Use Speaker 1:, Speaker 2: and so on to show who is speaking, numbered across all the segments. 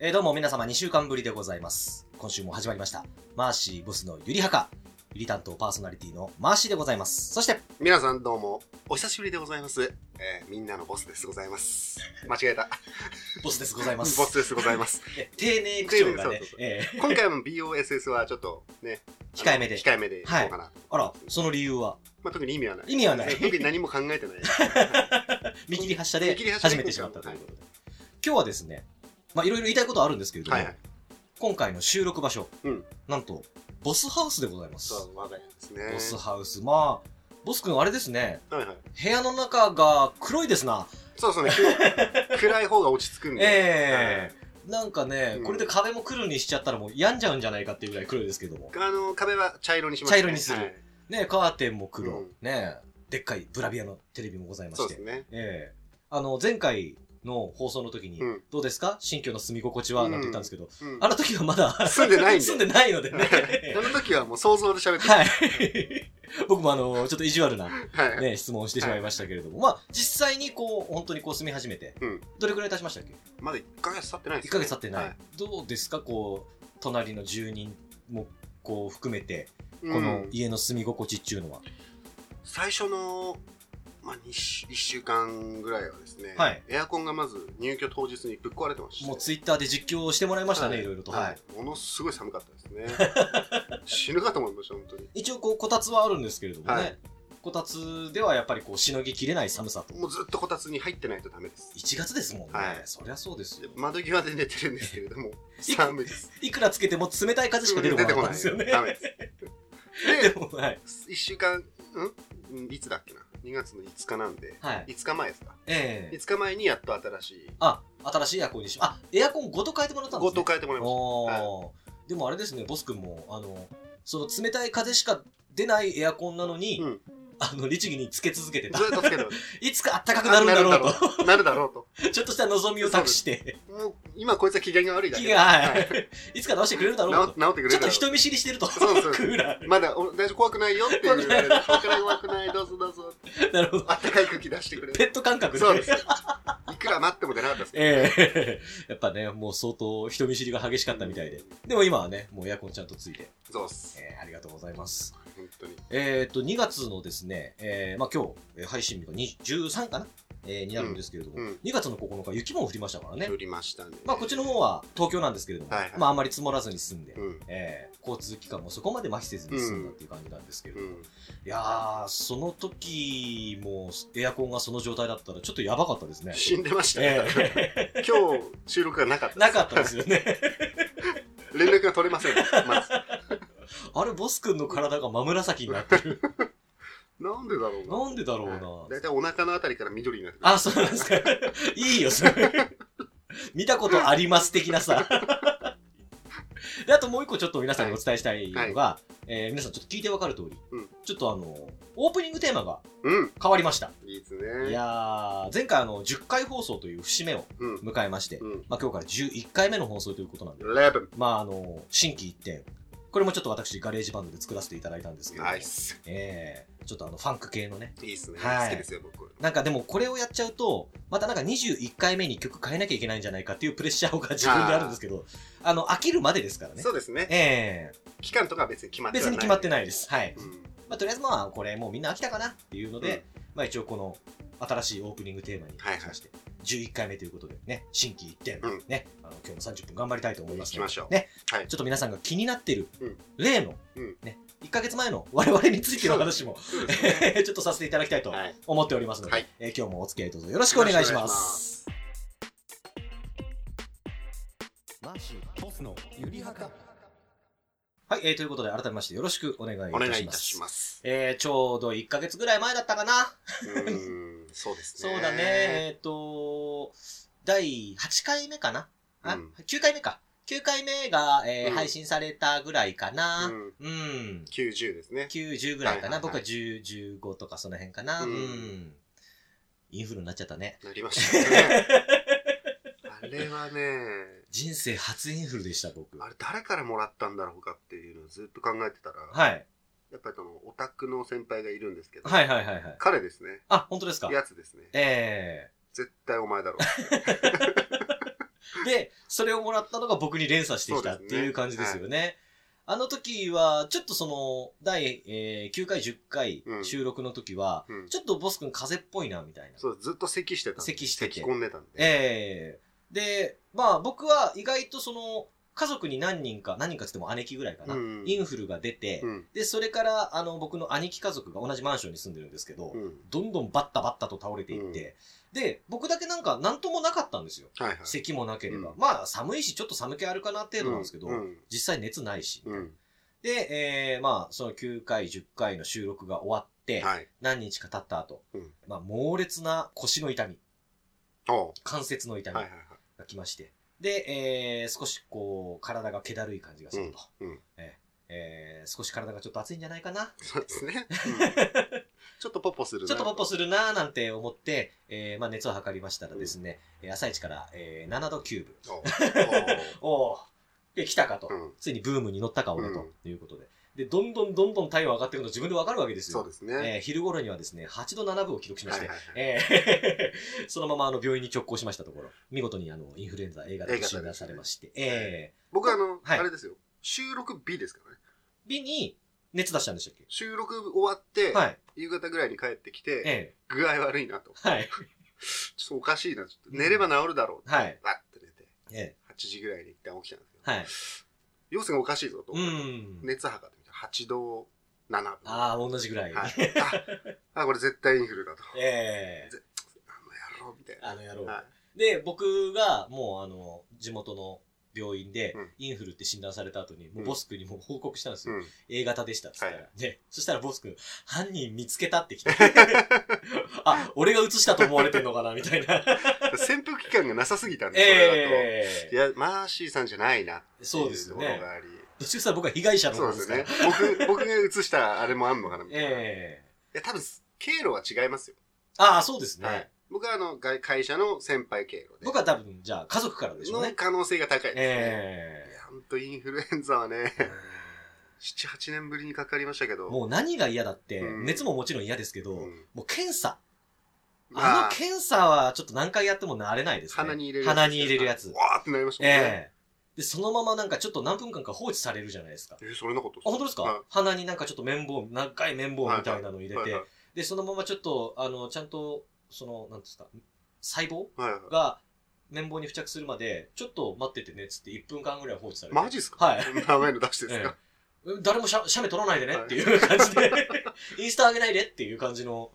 Speaker 1: えーどうも皆様2週間ぶりでございます。今週も始まりました。マーシーボスのゆりはか。ゆり担当パーソナリティのマーシーでございます。そして、
Speaker 2: 皆さんどうもお久しぶりでございます、えーみんなのボスですございます間違えた
Speaker 1: ボスですござい
Speaker 2: ボ
Speaker 1: ます。
Speaker 2: スですござい ます
Speaker 1: え丁寧口調がね
Speaker 2: 丁寧そうそうそう、
Speaker 1: えー
Speaker 2: 今回も BOSS はちょっとねあの
Speaker 1: 控えめで
Speaker 2: 控えめでいこうかな、
Speaker 1: あら、その理由は
Speaker 2: まあ、特に意味はない
Speaker 1: 意味はない
Speaker 2: えー特に何も考え てない
Speaker 1: 見切り発車
Speaker 2: 見
Speaker 1: で
Speaker 2: 切り発車で
Speaker 1: 始めてしまったということで。今日はですね、まあいろいろ言いたいことはあるんですけれども、
Speaker 2: はいはい
Speaker 1: 今回の収録場所、
Speaker 2: うん
Speaker 1: なんと、ボスハウスでございます。
Speaker 2: そう我が家ですね
Speaker 1: ボスハウス。まあ、ボス君あれですね、
Speaker 2: はいはい
Speaker 1: 部屋の中が黒いですな。
Speaker 2: そうそうね く暗い方が落ち着 くんで、
Speaker 1: ええなんかね、
Speaker 2: うん
Speaker 1: これで壁も黒にしちゃったらもう病んじゃうんじゃないかっていうぐらい黒いですけども。
Speaker 2: あの壁は茶色にしますね
Speaker 1: 茶色にする
Speaker 2: はい
Speaker 1: ねカーテンも黒。
Speaker 2: うん
Speaker 1: ねでっかいブラビアのテレビもございま
Speaker 2: そ
Speaker 1: して。
Speaker 2: うですね
Speaker 1: ええあの、前回の放送の時に、
Speaker 2: うん
Speaker 1: どうですか新居の住み心地は、
Speaker 2: うん
Speaker 1: なんて言ったんですけど、
Speaker 2: うん
Speaker 1: あの時はまだ
Speaker 2: 住んでないんで
Speaker 1: 住んでないのでね。
Speaker 2: あの時はもう想像で喋って
Speaker 1: はい。 僕もあの、ちょっと意地悪な、
Speaker 2: はい、
Speaker 1: ね、質問をしてしまいましたけれども、まあ、実際にこう、本当にこう住み始めて、
Speaker 2: うん
Speaker 1: どれくらい経ちましたっけ
Speaker 2: まだ1ヶ月経ってないで
Speaker 1: 1
Speaker 2: す
Speaker 1: ヶ月経ってない、
Speaker 2: は
Speaker 1: どうですかこう隣の住人もこう含めて
Speaker 2: うん
Speaker 1: この家の住み心地っていうのは、
Speaker 2: 最初の、まあ、1, 週間ぐらいはですね、
Speaker 1: はい
Speaker 2: エアコンがまず入居当日にぶっ壊れてました
Speaker 1: もうツイッターで実況してもらいましたね、、
Speaker 2: はい
Speaker 1: ろいろと、はい
Speaker 2: ものすごい寒かっ たですね死ぬかと思いました本当に
Speaker 1: 一応こうこたつはあるんですけれどもね、
Speaker 2: はい
Speaker 1: こたつではやっぱりこうしのぎきれない寒さと
Speaker 2: もうずっとこたつに入ってないとダメです
Speaker 1: 1月ですもんね、
Speaker 2: はい
Speaker 1: そりゃそうです
Speaker 2: で
Speaker 1: よ
Speaker 2: 窓際で寝てるんですけれど も寒いです
Speaker 1: いくらつけても冷たい風しか出てこなかったんですよね
Speaker 2: 出てこないダメで す
Speaker 1: でもはい、
Speaker 2: で1週間んうんいつだっけな2月の5日なんで
Speaker 1: はい、
Speaker 2: 5日前ですか
Speaker 1: ええ
Speaker 2: 5日前にやっと新しい
Speaker 1: あ新しいエアコンにしあエアコンごと変えてもらったんです
Speaker 2: ご
Speaker 1: ね
Speaker 2: と変えてもらいまし
Speaker 1: おーでもあれですねボス君もあのその冷たい風しか出ないエアコンなのに、
Speaker 2: うん
Speaker 1: あの律儀につけ続けて
Speaker 2: た
Speaker 1: た
Speaker 2: ずっとつけてまし
Speaker 1: いつかあったか
Speaker 2: た
Speaker 1: くなるんだろうと
Speaker 2: となるだろうと
Speaker 1: ちょっとした望みを託して
Speaker 2: もう今こいつは機嫌が悪いだけ
Speaker 1: 気
Speaker 2: だ
Speaker 1: が、はい、いつか直してくれるだろう
Speaker 2: 治
Speaker 1: と
Speaker 2: 治ってくれる
Speaker 1: ちょっ
Speaker 2: だ
Speaker 1: と
Speaker 2: ろ
Speaker 1: 人見知りしてると
Speaker 2: そうそ う
Speaker 1: クーラ
Speaker 2: まだお大丈夫怖くないよっていう 言われて怖くない怖くないどうぞどうぞ
Speaker 1: ーなるほど
Speaker 2: あったかい空気出してくれ
Speaker 1: ペ
Speaker 2: る
Speaker 1: ット感覚で
Speaker 2: そうですいくら待っても出なかったです
Speaker 1: ええ やっぱねもう相当人見知りが激しかったみたいででも今はねもうエアコンちゃんとついて、
Speaker 2: そうっす
Speaker 1: えーありがとうございます
Speaker 2: 本当に
Speaker 1: えっ、と、2月のですね、えーまあ今日、えー配信日が20 13かな、えーになるんですけれども、
Speaker 2: うんうん
Speaker 1: 2月の9日、雪も降りましたからね
Speaker 2: 降。りましたね
Speaker 1: まあこっちの方は東京なんですけれども、
Speaker 2: はいはい
Speaker 1: まああんまり積もらずに済んで、
Speaker 2: うん
Speaker 1: えー交通機関もそこまで麻痺せずに済んだっていう感じなんですけれど、
Speaker 2: う
Speaker 1: い
Speaker 2: ん
Speaker 1: やー、その時もエアコンがその状態だったらちょっとやばかったですね。
Speaker 2: 死んでましたね
Speaker 1: えー
Speaker 2: 今日収録がなかった
Speaker 1: なかったですよね。
Speaker 2: 連絡が取れま せんまず
Speaker 1: あれ、ボス君の体が真紫になってる。
Speaker 2: なんでだろうな
Speaker 1: なんでだろうな。
Speaker 2: はい大体お腹のあたりから緑になってくる
Speaker 1: あ、そうなんですか。 いいよ、それ。見たことあります的なさ。 で、あともう一個ちょっと皆さんにお伝えしたいのが、えー皆さんちょっと聞いてわかる通り、
Speaker 2: うん
Speaker 1: ちょっとあの、オープニングテーマが
Speaker 2: うん
Speaker 1: 変わりました。
Speaker 2: いいですね
Speaker 1: いやー、前回あの、10回放送という節目を
Speaker 2: うん
Speaker 1: 迎えまして、
Speaker 2: うん
Speaker 1: まあ今日から11回目の放送ということなんで、
Speaker 2: レブン
Speaker 1: まああの、新規一点、これもちょっと私、ガレージバンドで作らせていただいたんですけど、
Speaker 2: ナイス
Speaker 1: えーちょっとあの、ファンク系のね、
Speaker 2: いいですね
Speaker 1: はい
Speaker 2: 好きですよ僕
Speaker 1: なんかでもこれをやっちゃうと、またなんか21回目に曲変えなきゃいけないんじゃないかっていうプレッシャ ーが自分であるんですけど、あの、飽きるまでですからね。
Speaker 2: そうですね
Speaker 1: ええ
Speaker 2: 期間とかは別に決まっては
Speaker 1: 別
Speaker 2: ない
Speaker 1: に決まってないです。はい。
Speaker 2: うん
Speaker 1: まあ、とりあえずまあ、これもうみんな飽きたかなっていうので、まあ一応この新しいオープニングテーマに
Speaker 2: はいはい
Speaker 1: しまして、11回目ということでね、心機一転、
Speaker 2: うん
Speaker 1: ね、あの今日も30分頑張りたいと思いますので
Speaker 2: 行きましょう
Speaker 1: ね、
Speaker 2: はい
Speaker 1: ちょっと皆さんが気になっている
Speaker 2: うん
Speaker 1: 例の、
Speaker 2: うん
Speaker 1: ね、1ヶ月前の我々についての話も、
Speaker 2: そうですね
Speaker 1: ちょっとさせていただきたいと
Speaker 2: はい
Speaker 1: 思っておりますので、
Speaker 2: はい
Speaker 1: えー今日もお付き合いどうぞよろしくお願いし
Speaker 2: よ
Speaker 1: ま。
Speaker 2: ろしくお願いします
Speaker 3: マーシーボスのゆりはか
Speaker 1: はい、えーということで改めましてよろしくお願いいたし
Speaker 2: お
Speaker 1: ます。
Speaker 2: 願いいたします。
Speaker 1: えーちょうど1ヶ月ぐらい前だったかな。
Speaker 2: うーん、そうです
Speaker 1: そう
Speaker 2: ね。
Speaker 1: だね、えっ、と、第8回目かな、あ
Speaker 2: うん、
Speaker 1: ?9 回目か。9回目が、えー
Speaker 2: うん
Speaker 1: 配信されたぐらいかな。
Speaker 2: うん、
Speaker 1: うん。
Speaker 2: 90ですね。
Speaker 1: 9、10ぐらいかな。
Speaker 2: はいはいは
Speaker 1: 僕は
Speaker 2: い
Speaker 1: 10、15とかその辺かな。う。
Speaker 2: うんん
Speaker 1: インフルになっちゃったね。
Speaker 2: なりました ね。あれはね、
Speaker 1: 人生初インフルでした、僕。
Speaker 2: あれ誰からもらったんだろうかっていうのをずっと考えてたら、
Speaker 1: はい。
Speaker 2: やっぱりそのオタクの先輩がいるんですけど、
Speaker 1: はいはいはいはい。
Speaker 2: 彼ですね。
Speaker 1: あ、本当ですか
Speaker 2: やつですね。
Speaker 1: ええ
Speaker 2: 絶対お前だろう。
Speaker 1: で、それをもらったのが僕に連鎖してきたっていう感じですよね。あの時は、ちょっとその、第、えー9回、10回
Speaker 2: うん
Speaker 1: 収録の時は、
Speaker 2: うん
Speaker 1: ちょっとボス君風邪っぽいな、みたいな。
Speaker 2: そう、ずっと咳してたんで。
Speaker 1: 咳してて
Speaker 2: 咳込んでたんで。
Speaker 1: ええで、まあ僕は意外とその、家族に何人か、何人かつっても姉貴ぐらいかな、
Speaker 2: うん
Speaker 1: インフルが出て、
Speaker 2: うん。
Speaker 1: で、それから、あの、僕の兄貴家族が同じマンションに住んでるんですけど、
Speaker 2: うん。
Speaker 1: どんどんバッタバッタと倒れていって、で、僕だけなんか何ともなかったんですよ。
Speaker 2: はいはい。
Speaker 1: 咳もなければ。
Speaker 2: う
Speaker 1: まあ、寒いし、ちょっと寒気あるかな程度なんですけど、
Speaker 2: うん。
Speaker 1: 実際熱ないし。
Speaker 2: うん。
Speaker 1: で、えーまあ、その9回、10回の収録が終わって、
Speaker 2: はい。
Speaker 1: 何日か経った後、
Speaker 2: うん
Speaker 1: まあ、猛烈な腰の痛み、
Speaker 2: おう
Speaker 1: 関節の痛み
Speaker 2: はいはいはい。
Speaker 1: が来まして、で、えー少しこう、体が気だるい感じがすると。
Speaker 2: うんうん
Speaker 1: えーえー少し体がちょっと熱いんじゃないかな。
Speaker 2: そうですね。うんちょっとポッポするな
Speaker 1: ちょっとポッポするなーなんて思って、えーまあ、熱を測りましたらですね、えー朝一から、えー7度9分。
Speaker 2: おうお
Speaker 1: おおで、来たかと。
Speaker 2: ううん。
Speaker 1: ついにブームに乗ったか、俺
Speaker 2: う
Speaker 1: と
Speaker 2: ん
Speaker 1: いうことで。で、どんどんどんどん体温上がっていくの自分でわかるわけですよ。
Speaker 2: そうですね。
Speaker 1: えー昼頃にはですね、8度7分を記録しま
Speaker 2: は
Speaker 1: し
Speaker 2: いは
Speaker 1: て、
Speaker 2: いはい。
Speaker 1: えー そのままあの病院に直行しましたところ、見事にあのインフルエンザ A 型と診断されまして、え
Speaker 2: 僕あの、
Speaker 1: はい
Speaker 2: あれですよ。収録日ですからね。
Speaker 1: ー、B に熱出したんでしたっ
Speaker 2: 収録終わって
Speaker 1: け、はい。
Speaker 2: 夕方ぐらいに帰ってきて、
Speaker 1: え
Speaker 2: 具合悪いなと。
Speaker 1: えはい。
Speaker 2: ちょっとおかしいな。ちょっと寝れば治るだろう。
Speaker 1: はい。
Speaker 2: わって寝て、
Speaker 1: え
Speaker 2: 8時ぐらいに一旦起きたんですけど
Speaker 1: え、はい。
Speaker 2: 様子がおかしいぞと
Speaker 1: う。ん。
Speaker 2: 熱測ってみたら8度7分。
Speaker 1: ああ、同じぐらい。
Speaker 2: はい、ああ、これ絶対インフルだと。
Speaker 1: ええ
Speaker 2: あの野郎みたいな。
Speaker 1: あの野郎。
Speaker 2: はい
Speaker 1: で、僕がもうあの、地元の病院で
Speaker 2: うん、
Speaker 1: インフルって診断された後に、もううんボス君にもう報告したんですよ。
Speaker 2: うん
Speaker 1: A 型でしたっつったら、
Speaker 2: は
Speaker 1: ね、そしたらボス君、犯人見つけたって きて、あ、俺が映したと思われてんのかな、みたいな。
Speaker 2: 潜伏期間がなさすぎたんで、そ
Speaker 1: え
Speaker 2: れだと。い
Speaker 1: え
Speaker 2: や、マーシーさんじゃないなってい
Speaker 1: そうですよ
Speaker 2: ところ
Speaker 1: ね
Speaker 2: が。あり。
Speaker 1: どっちかというと僕は被害者の
Speaker 2: そ
Speaker 1: 方
Speaker 2: うで
Speaker 1: ですすか
Speaker 2: ね
Speaker 1: ら。。
Speaker 2: 僕、僕が映したあれもあんのかなみたいな。い
Speaker 1: ええ
Speaker 2: や、多分、経路は違いますよ。
Speaker 1: ああ、そうですね。
Speaker 2: はい。僕は、あの、が会社の先輩経路で。
Speaker 1: 僕は多分、じゃあ家族からでしょう
Speaker 2: の
Speaker 1: ね。
Speaker 2: 可能性が高いですね。
Speaker 1: え
Speaker 2: いや、ほんとインフルエンザはね、
Speaker 1: え
Speaker 2: 7、8年ぶりにかかりましたけど。
Speaker 1: もう何が嫌だって、
Speaker 2: うん
Speaker 1: 熱ももちろん嫌ですけど、
Speaker 2: うん
Speaker 1: もう検査。あ
Speaker 2: まあ
Speaker 1: の検査はちょっと何回やっても慣れないですね。
Speaker 2: 鼻に入れる
Speaker 1: 鼻に入れるやつ。
Speaker 2: わーってなりましたもんね。
Speaker 1: ええで、そのままなんかちょっと何分間か放置されるじゃないですか。あ、
Speaker 2: えー、それなこと
Speaker 1: 本当です
Speaker 2: はい
Speaker 1: か鼻になんかちょっと綿棒、長い綿棒みたいなの入れ
Speaker 2: はいはい
Speaker 1: て、で、そのままちょっと、あの、ちゃんと、その、なんですか、細胞
Speaker 2: はいはい
Speaker 1: が綿棒に付着するまで、ちょっと待っててねっつって1分間ぐらい放置されて。
Speaker 2: マジっすか
Speaker 1: はい。
Speaker 2: 名前の出してですか、
Speaker 1: ええ誰もしゃ、写メ撮らないでね
Speaker 2: はい
Speaker 1: っていう感じで、 インスタ上げないでっていう感じの、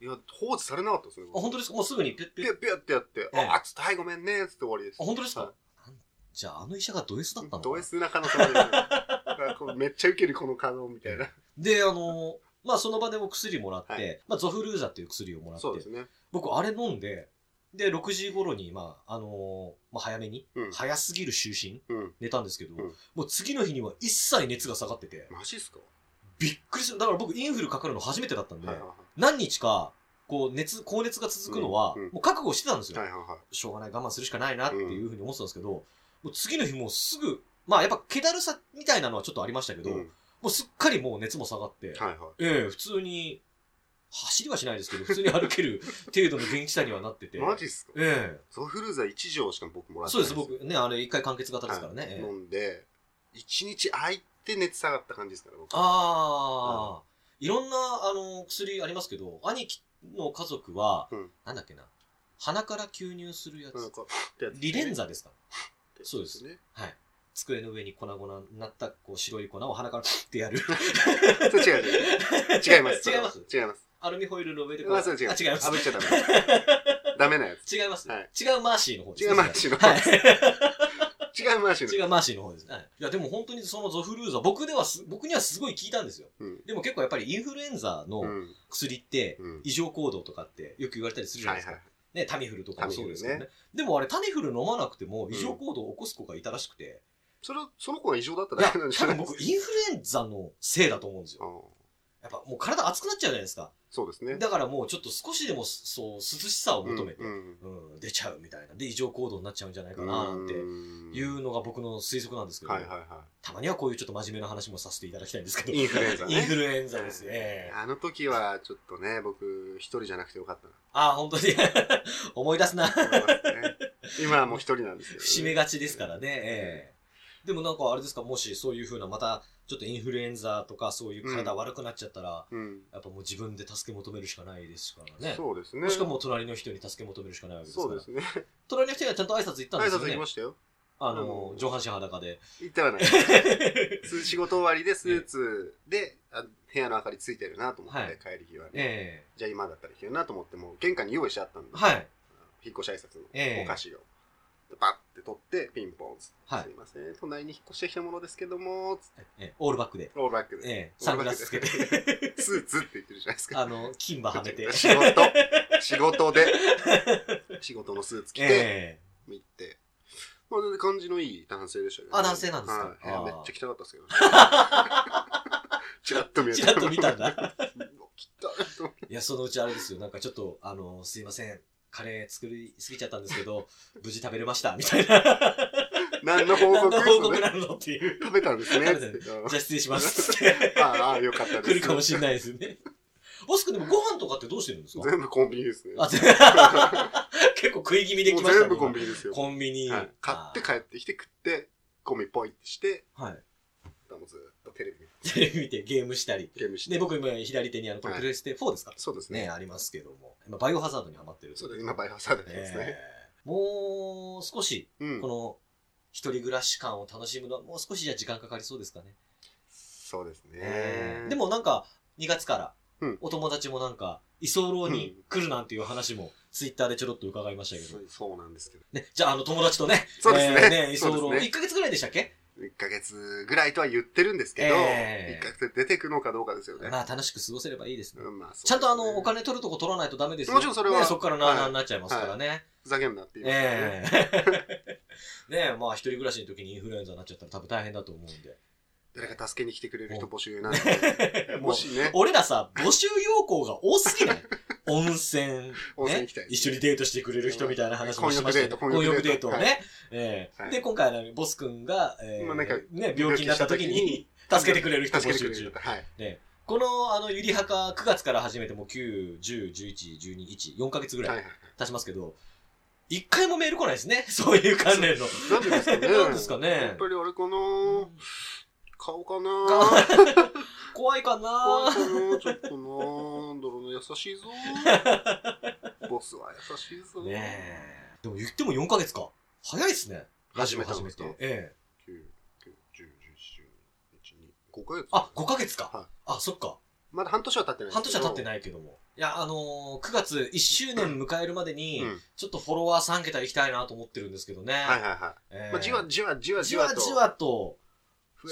Speaker 2: いや、放置されなかったですよ。
Speaker 1: あ、本当ですかもうすぐにピュッピ
Speaker 2: ピ
Speaker 1: ュッ。あ
Speaker 2: ュッピュッってやって、
Speaker 1: ええ
Speaker 2: あ、ちょっとはい、ごめんね、つって終わりです。
Speaker 1: 本当ですか、
Speaker 2: は
Speaker 1: なんじゃああの医者がド S だったのかな
Speaker 2: ド S な可能性もあるなんかこうめっちゃウケる、この可能みたいな。
Speaker 1: で、あのーまあ、その場でお薬もらって、
Speaker 2: は
Speaker 1: まあ、ゾフルーザっていう薬をもらって
Speaker 2: そう、ですね。
Speaker 1: 僕、あれ飲んで、で、6時頃に、まあ、あのーまあ、早めに、
Speaker 2: うん
Speaker 1: 早すぎる就寝、
Speaker 2: うん。
Speaker 1: 寝たんですけど、
Speaker 2: うん
Speaker 1: もう次の日には一切熱が下がってて、
Speaker 2: マジっすか
Speaker 1: びっくりする。だから僕、インフルかかるの初めてだったんで、
Speaker 2: はいはいは
Speaker 1: 何日か、こう、熱、高熱が続くのは、
Speaker 2: うんうん
Speaker 1: もう覚悟してたんです
Speaker 2: い。
Speaker 1: よ。
Speaker 2: はいはいは
Speaker 1: しょうがない、我慢するしかないなっていうふうに思ってたんですけど、もう次の日もうすぐ、まあ、やっぱ、気だるさみたいなのはちょっとありましたけ
Speaker 2: い。
Speaker 1: ど、
Speaker 2: うん
Speaker 1: もうすっかりもう熱も下がって、
Speaker 2: はいは
Speaker 1: ええ、普通に、走りはしないですけど、普通に歩け る程度の元気さにはなって
Speaker 2: い。
Speaker 1: て。
Speaker 2: マジっすか
Speaker 1: え
Speaker 2: ゾフルーザ1錠しか僕も
Speaker 1: え。
Speaker 2: らっ
Speaker 1: そ
Speaker 2: て
Speaker 1: う
Speaker 2: ない
Speaker 1: です、僕ね、あれ一回完結型ですからね。ええ
Speaker 2: 飲んで、1日空いて熱下がった感じですから、僕。
Speaker 1: ああ、いろんな、あの、薬ありますけど、兄貴の家族は、
Speaker 2: うん
Speaker 1: なんだっけな、鼻から吸入するや
Speaker 2: なん
Speaker 1: つ。
Speaker 2: か、ってやつね
Speaker 1: リレンザですか
Speaker 2: ってやつ
Speaker 1: そうです
Speaker 2: ね。
Speaker 1: はい。机の上に粉々になったこう白い粉を鼻からって やる。
Speaker 2: それ違う違う。違います。
Speaker 1: 違います。
Speaker 2: 違います。
Speaker 1: アルミホイルの上でこう
Speaker 2: まあ、それ違う。
Speaker 1: あ、違います。
Speaker 2: 炙っちゃダメ。ダメなやつ。
Speaker 1: 違います、
Speaker 2: はい
Speaker 1: 違うマーシーの方です、
Speaker 2: 違うマーシーの方
Speaker 1: はい
Speaker 2: で違うマーシー
Speaker 1: 違
Speaker 2: の。
Speaker 1: うマーシーの方ですね。いや、でも本当にそのゾフルーザ、僕ではす、僕にはすごい効いたんですよ。
Speaker 2: うん
Speaker 1: でも結構やっぱりインフルエンザの
Speaker 2: うん。
Speaker 1: 薬って、
Speaker 2: うん。
Speaker 1: 異常行動とかってよく言われたりするじゃ
Speaker 2: は
Speaker 1: ない
Speaker 2: い
Speaker 1: ですか。
Speaker 2: はい。
Speaker 1: ね、タミフルとかもそうですけどね
Speaker 2: タミ
Speaker 1: でもあれ、タミフル飲まなくても
Speaker 2: ん
Speaker 1: 異常行動を起こす子がいたらしくて、
Speaker 2: それ、その子が異常だった
Speaker 1: い
Speaker 2: だ
Speaker 1: や、
Speaker 2: けなんじ
Speaker 1: 多
Speaker 2: ゃな
Speaker 1: 分
Speaker 2: いです
Speaker 1: 僕
Speaker 2: か。
Speaker 1: インフルエンザのせいだと思うんですよ。
Speaker 2: ああ
Speaker 1: やっぱもう体熱くなっちゃうじゃないですか。
Speaker 2: そうですね。
Speaker 1: だからもうちょっと少しでもそう、涼しさを求めて、
Speaker 2: う
Speaker 1: うん
Speaker 2: ん
Speaker 1: 出ちゃうみたいな。で、異常行動になっちゃうんじゃない
Speaker 2: う
Speaker 1: か
Speaker 2: ん
Speaker 1: なって
Speaker 2: うん
Speaker 1: いうのが僕の推測なんですけど、
Speaker 2: はいはいは
Speaker 1: たまにはこういうちょっと真面目な話もさせていただきたいんですけど。
Speaker 2: い。インフルエンザ
Speaker 1: インフ
Speaker 2: ね。
Speaker 1: ルエンザですね。
Speaker 2: あの時は、ちょっとね、僕、一人じゃなくてよかった
Speaker 1: ああ、本当に 思い出すな。
Speaker 2: なと思いますね。今はもう一人なんですけど、
Speaker 1: 締めがちですからね。ええでもなんかあれですか、もしそういうふうな、またちょっとインフルエンザとかそういう体悪くなっちゃったら、
Speaker 2: うん。
Speaker 1: やっぱもう自分で助け求めるしかないですからね。
Speaker 2: そうですね。
Speaker 1: もしかも隣の人に助け求めるしかないわけですから。
Speaker 2: そうですね。
Speaker 1: 隣の人にはちゃんと挨拶行ったん
Speaker 2: 挨
Speaker 1: ですよ
Speaker 2: 拶行
Speaker 1: ね
Speaker 2: き。ましたよ。
Speaker 1: あ
Speaker 2: う
Speaker 1: の、
Speaker 2: ん
Speaker 1: 上半身裸で。
Speaker 2: 行ったら ない。す仕事終わりでスーツで、あ部屋の明かりついてるなと思って、
Speaker 1: はい
Speaker 2: 帰り際に、
Speaker 1: え
Speaker 2: じゃあ今だったらいけるなと思って、もう玄関に用意してあったんで、
Speaker 1: えはい。
Speaker 2: 引っ越し挨拶
Speaker 1: ええ
Speaker 2: のお菓子を、バッて取って、ピンポンっつって、
Speaker 1: はい
Speaker 2: すいません、隣に引っ越してきたものですけども、つって
Speaker 1: ええオールバックで。
Speaker 2: ロールバックで、
Speaker 1: ええサングラスつけて。
Speaker 2: スーツって言ってるじゃないです か。
Speaker 1: あの、金歯は めて。
Speaker 2: 仕事、仕事で、仕事のスーツ着て、
Speaker 1: え
Speaker 2: 行って、まあ、全然感じのいい男性でしたけど、
Speaker 1: あ男性なんですか
Speaker 2: はいいや
Speaker 1: あー
Speaker 2: めっちゃ汚かったですけ どね。チラッと見
Speaker 1: え
Speaker 2: え
Speaker 1: ちらっと見たんだ。
Speaker 2: 汚 い
Speaker 1: いや、そのうちあれですよ。なんかちょっと、あの、すいません。カレー作りすぎちゃったんですけ ど、無事食べれました。みたいな。
Speaker 2: 何の報
Speaker 1: 何
Speaker 2: 告
Speaker 1: の報告
Speaker 2: それ
Speaker 1: なのっていう。
Speaker 2: 食べたんですね。
Speaker 1: 食べたん
Speaker 2: ってうん
Speaker 1: じゃあ失礼し ます。って
Speaker 2: ああああ、よかったです。
Speaker 1: 来るかもしれないですね。ボス君でもご飯とかってどうしてるんですか
Speaker 2: 全部コンビニですね。
Speaker 1: あ、
Speaker 2: も
Speaker 1: ぜ 結構食い気味でき
Speaker 2: う
Speaker 1: ましたね。
Speaker 2: 全部コンビニですよ。
Speaker 1: コンビニ。
Speaker 2: はい買って帰ってきて食って、ゴミポイってして、
Speaker 1: あーはい。
Speaker 2: もうずっとテレビ見て
Speaker 1: テレビ見てゲームしたり。
Speaker 2: ゲームして。
Speaker 1: で、僕今左手にあの、これ
Speaker 2: はい
Speaker 1: プレステ4ですか
Speaker 2: そうです
Speaker 1: ね、
Speaker 2: ね。
Speaker 1: ありますけども。今、バイオハザードにハマってる
Speaker 2: そう
Speaker 1: で
Speaker 2: です。今、バイオハザードです
Speaker 1: え
Speaker 2: ね。
Speaker 1: ーもう少し、こ
Speaker 2: うん。
Speaker 1: の、一人暮らし感を楽しむのは、もう少しじゃ時間かかりそうですかね。
Speaker 2: そうです
Speaker 1: え
Speaker 2: ね
Speaker 1: ー。でもなんか、2月から
Speaker 2: うん、
Speaker 1: お友達もなんか、居候に来るなんていう話も、ツイッターでちょろっと伺いましたけど
Speaker 2: そ。う、そうなんですけど。
Speaker 1: ね、じゃあ、あの、友達とね、
Speaker 2: そうですね
Speaker 1: えーね、居
Speaker 2: そうです
Speaker 1: 候、
Speaker 2: ね
Speaker 1: 1ヶ月ぐらいでしたっけ
Speaker 2: 1ヶ月ぐらいとは言ってるんですけど、
Speaker 1: ええ
Speaker 2: 1ヶ月で出てくのかどうかですよね。
Speaker 1: まあ、楽しく過ごせればいいですね
Speaker 2: う。んまあそうですね
Speaker 1: ちゃんとあの、お金取るとこ取らないとダメですよ。
Speaker 2: もちろんそれは
Speaker 1: ねそこからなーなー
Speaker 2: はい
Speaker 1: になっちゃいますからね。
Speaker 2: ふざけんなっていう、ね。
Speaker 1: ええ ねえ、まあ、一人暮らしの時にインフルエンザになっちゃったら多分大変だと思うん で。
Speaker 2: 誰か助けに来てくれる人募集なんで、もしね、
Speaker 1: 俺らさ、募集要項が多すぎ ない温泉、
Speaker 2: 温
Speaker 1: ね
Speaker 2: 泉行きたい、です
Speaker 1: 一緒にデートしてくれる人みたいな話もしましたね。
Speaker 2: 混浴デート
Speaker 1: 混
Speaker 2: 混浴デート
Speaker 1: 浴ね。ええ
Speaker 2: はい
Speaker 1: で、今回はねボス君が、ええ
Speaker 2: まあなんか
Speaker 1: ね、病気になった時に、助けてくれる人募
Speaker 2: 助けてく
Speaker 1: 集
Speaker 2: れる
Speaker 1: 中
Speaker 2: 人。。はい。
Speaker 1: この、あの、ゆりはか9月から始めてもう9、10、11、12、1、4ヶ月ぐ
Speaker 2: はい
Speaker 1: ら
Speaker 2: はいいはい。
Speaker 1: 経ちますけど、一回もメール来ないですね。 そういう関連の。
Speaker 2: なんでですかね。
Speaker 1: なんですかね
Speaker 2: やっぱりあれかな顔かな
Speaker 1: 顔
Speaker 2: 怖いか
Speaker 1: 怖いかな
Speaker 2: なちょっとなんだろうな、優しい ぞ。ボスは優しいぞ。
Speaker 1: ねえ。でも言っても4ヶ月か。早いっすね。ラジオ始め
Speaker 2: 始め
Speaker 1: て
Speaker 2: た。
Speaker 1: ええ。
Speaker 2: 9、9、10、11、12、5ヶ月。
Speaker 1: あ、5ヶ月か。
Speaker 2: はい
Speaker 1: あ、そっか。
Speaker 2: まだ半年は経ってない
Speaker 1: 半年は経って
Speaker 2: い。
Speaker 1: ないけども。いや、あのー、9月1周年迎えるまでに、
Speaker 2: うん
Speaker 1: ちょっとフォロワー3桁行きたいなと思ってるんですけどね。
Speaker 2: はいはいはい。
Speaker 1: ええ
Speaker 2: まあ、じわじわじわ
Speaker 1: じ
Speaker 2: じわ
Speaker 1: わ
Speaker 2: と
Speaker 1: じ
Speaker 2: 増
Speaker 1: わと、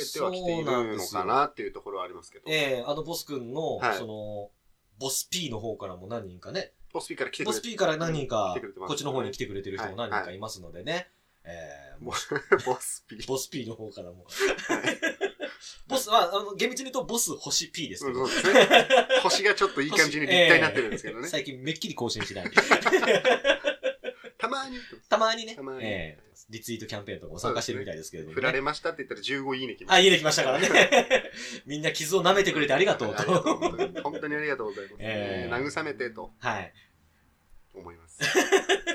Speaker 2: えてはきているのかなっていうところはありますけど、
Speaker 1: ええあのボス君の、
Speaker 2: はい
Speaker 1: その、ボス P の方からも何人かね、
Speaker 2: ボスピーから来てく
Speaker 1: ボ
Speaker 2: れ
Speaker 1: ス
Speaker 2: て
Speaker 1: P から何人か
Speaker 2: 来てくれて、ます
Speaker 1: こっちの方に来てくれてる人も何人
Speaker 2: はい
Speaker 1: か
Speaker 2: はい
Speaker 1: いますのでね。ええ
Speaker 2: ボスピー。
Speaker 1: ボス P の方からも。ボスは、あの、厳密に言うとボス星 P です
Speaker 2: う
Speaker 1: け
Speaker 2: ん
Speaker 1: ど、
Speaker 2: そうですね。星がちょっといい感じに立体になってるんですけどね。
Speaker 1: 最近めっきり更新しない。
Speaker 2: たまに
Speaker 1: たまにね
Speaker 2: たま、に
Speaker 1: ええリツイートキャンペーンとかも参加してるみたいですけれども
Speaker 2: 振ら
Speaker 1: ね。
Speaker 2: れましたって言ったら15いいね来まし
Speaker 1: あ、家で来ましたからね。 みんな傷を舐めてくれてありがとう
Speaker 2: あ りが
Speaker 1: と。
Speaker 2: とう本当に本当にありがとうございます。
Speaker 1: ええ
Speaker 2: 慰めてと
Speaker 1: はい。
Speaker 2: 思います。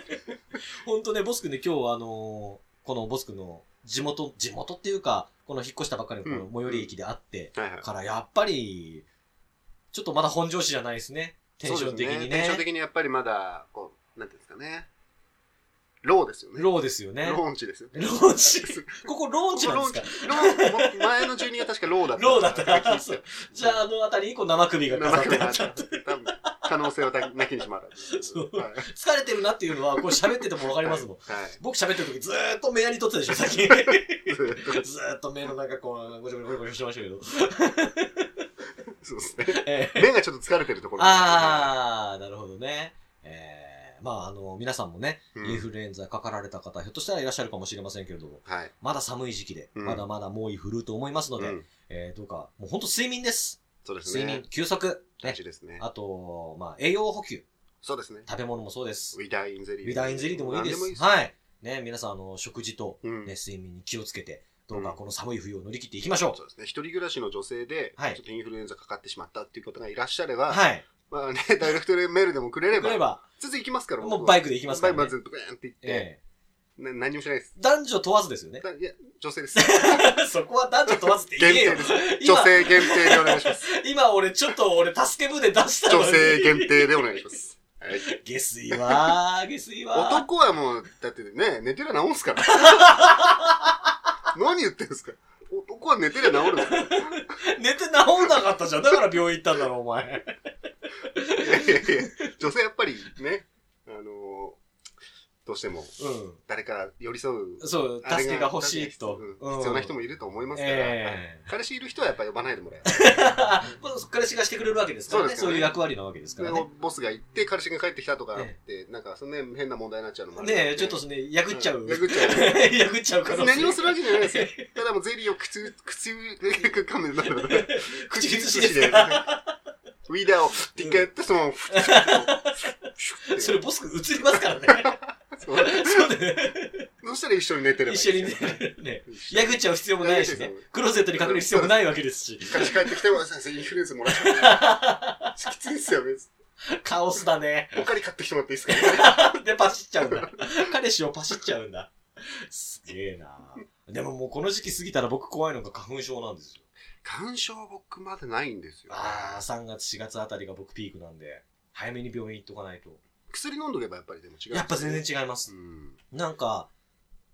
Speaker 1: 本当ね、ボス君ね、今日あのーこのボス君の地元、地元っていうか、この引っ越したばっかりのこの
Speaker 2: うん
Speaker 1: 最寄り駅で会って、
Speaker 2: はいはい。
Speaker 1: からやっぱり、ちょっとまだ本調子じゃないですね。テンション的
Speaker 2: そう
Speaker 1: に
Speaker 2: ですテンション
Speaker 1: ね。
Speaker 2: 的にやっぱりまだ、こう、なんていうんですかね。ローですよね。
Speaker 1: ローですよね。
Speaker 2: ローンチですよ。
Speaker 1: ローン チ。ここローンチなんですか
Speaker 2: ローン前の住人が確かローだった。
Speaker 1: ローだっ た
Speaker 2: 聞いてよ
Speaker 1: そうじゃああの辺りにこう生首が飾
Speaker 2: 生
Speaker 1: っ
Speaker 2: 首
Speaker 1: て
Speaker 2: が
Speaker 1: あ
Speaker 2: あ
Speaker 1: っ
Speaker 2: った
Speaker 1: た。
Speaker 2: 多分可能性はなきにしもあら ず。
Speaker 1: そう
Speaker 2: はい
Speaker 1: 疲れてるなっていうのは、こう喋っててもわかりますもん。
Speaker 2: はい。
Speaker 1: 僕喋ってる時ずーっと目やり取ってたでしょ、さっき。ずーっと目の中こう、ごちゃごちゃごちゃごちゃしてましたけど。
Speaker 2: そうですね。
Speaker 1: えー
Speaker 2: 目がちょっと疲れてるところ。
Speaker 1: あー、なるほどね。えー、まああの、皆さんもね、
Speaker 2: うん
Speaker 1: インフルエンザかかられた方、ひょっとしたらいらっしゃるかもしれませんけれども、
Speaker 2: はい。
Speaker 1: まだ寒い時期で、
Speaker 2: うん
Speaker 1: まだまだ猛威振るうと思いますの
Speaker 2: う
Speaker 1: で、
Speaker 2: ん
Speaker 1: えー、どうか、もう本当睡眠です。
Speaker 2: そうです
Speaker 1: 睡
Speaker 2: ね
Speaker 1: 眠、。休息、
Speaker 2: 大
Speaker 1: ね
Speaker 2: 事。ですね。
Speaker 1: あと、まあ、栄養補給、
Speaker 2: そうですね。
Speaker 1: 食べ物もそうです
Speaker 2: ウ。ィダーインゼリー。
Speaker 1: ビダインゼリーでもいいです。
Speaker 2: 何
Speaker 1: はい。ね、皆さん、あの、食事と、
Speaker 2: うん
Speaker 1: ね、睡眠に気をつけて、どうか
Speaker 2: うん
Speaker 1: この寒い冬を乗り切っていきましょう。
Speaker 2: そうですね。一人暮らしの女性で、
Speaker 1: はい
Speaker 2: ちょっとインフルエンザかかってしまったっていう方がいらっしゃれば、
Speaker 1: はい。
Speaker 2: まあね、ダイレクトメールでもくれれ
Speaker 1: く
Speaker 2: ば、
Speaker 1: れば、
Speaker 2: 全然行きますから、
Speaker 1: もうバ
Speaker 2: バイ
Speaker 1: イクで行きますから、
Speaker 2: バイ
Speaker 1: ね
Speaker 2: ク。ずっとバーンって行って、
Speaker 1: え
Speaker 2: な何もしないです。
Speaker 1: 男女問わずですよね。
Speaker 2: だいや、女性 です。
Speaker 1: そこは男女問わずって言
Speaker 2: 限
Speaker 1: えよ
Speaker 2: 定。です。女
Speaker 1: 今、
Speaker 2: 性限定でお願いします。
Speaker 1: 今俺ちょっと俺助け舟出したの
Speaker 2: 女
Speaker 1: に。
Speaker 2: 性限定でお願いします。はい
Speaker 1: 下水は下水は
Speaker 2: 男はもう、だってね、寝てりゃ治んす から。何言ってんすか男は寝てりゃ治るんですから。い
Speaker 1: 寝て治んなかったじゃん。だから病院行ったんだろ、お前。
Speaker 2: やいやいや、 女性やっぱりね、あのーどうしても
Speaker 1: う。
Speaker 2: 誰か寄り添うん
Speaker 1: そう、
Speaker 2: あれ
Speaker 1: 助けが欲しいと。
Speaker 2: うん必要な人
Speaker 1: も
Speaker 2: もいると思いますから、
Speaker 1: ええ
Speaker 2: 彼氏いる人はやっぱ呼ばないでもらえ
Speaker 1: まあ彼氏がしてくれるわけですからね。
Speaker 2: そう
Speaker 1: そうい
Speaker 2: ですからね
Speaker 1: う役割なわけですからね。
Speaker 2: ボスが行って彼氏が帰ってきたとかって、なんかそんな変な問題になっちゃうのもあるから
Speaker 1: ねえ、ちょっとね、 やぐっちゃう。
Speaker 2: んやぐっちゃう
Speaker 1: やぐっちゃうから。
Speaker 2: 何をするわけじゃない ですよ。ただもう ゼリーを口、口、噛むんだろうな。
Speaker 1: 口移し
Speaker 2: 移
Speaker 1: で
Speaker 2: し
Speaker 1: す
Speaker 2: で
Speaker 1: か
Speaker 2: ウィーダーを、って一回やって、そのまま、ふっって
Speaker 1: それボス映りますからね。
Speaker 2: そう
Speaker 1: そうだよね。
Speaker 2: どうしたら一緒に寝てればいい
Speaker 1: 一緒にね。ね
Speaker 2: 一緒
Speaker 1: やぐっちゃう必要もないしね。クローゼットに隠れる必要もないわけですし。
Speaker 2: 彼氏帰ってきても、先生、インフルエンスもらっち ゃう。きついですよ、別
Speaker 1: カオスだね。
Speaker 2: に。お金買ってきてもらっていいですかね。
Speaker 1: で、パシっちゃうんだ。彼氏をパシっちゃうんだ。すげえなでももうこの時期過ぎたら僕怖いのが花粉症なんですよ。
Speaker 2: 干渉僕までないんですよ。
Speaker 1: ああ、3月、4月あたりが僕ピークなんで、早めに病院行っとかないと。
Speaker 2: 薬飲んどけばやっぱりでも違う。
Speaker 1: やっぱ全然違います
Speaker 2: う。ん。
Speaker 1: なんか、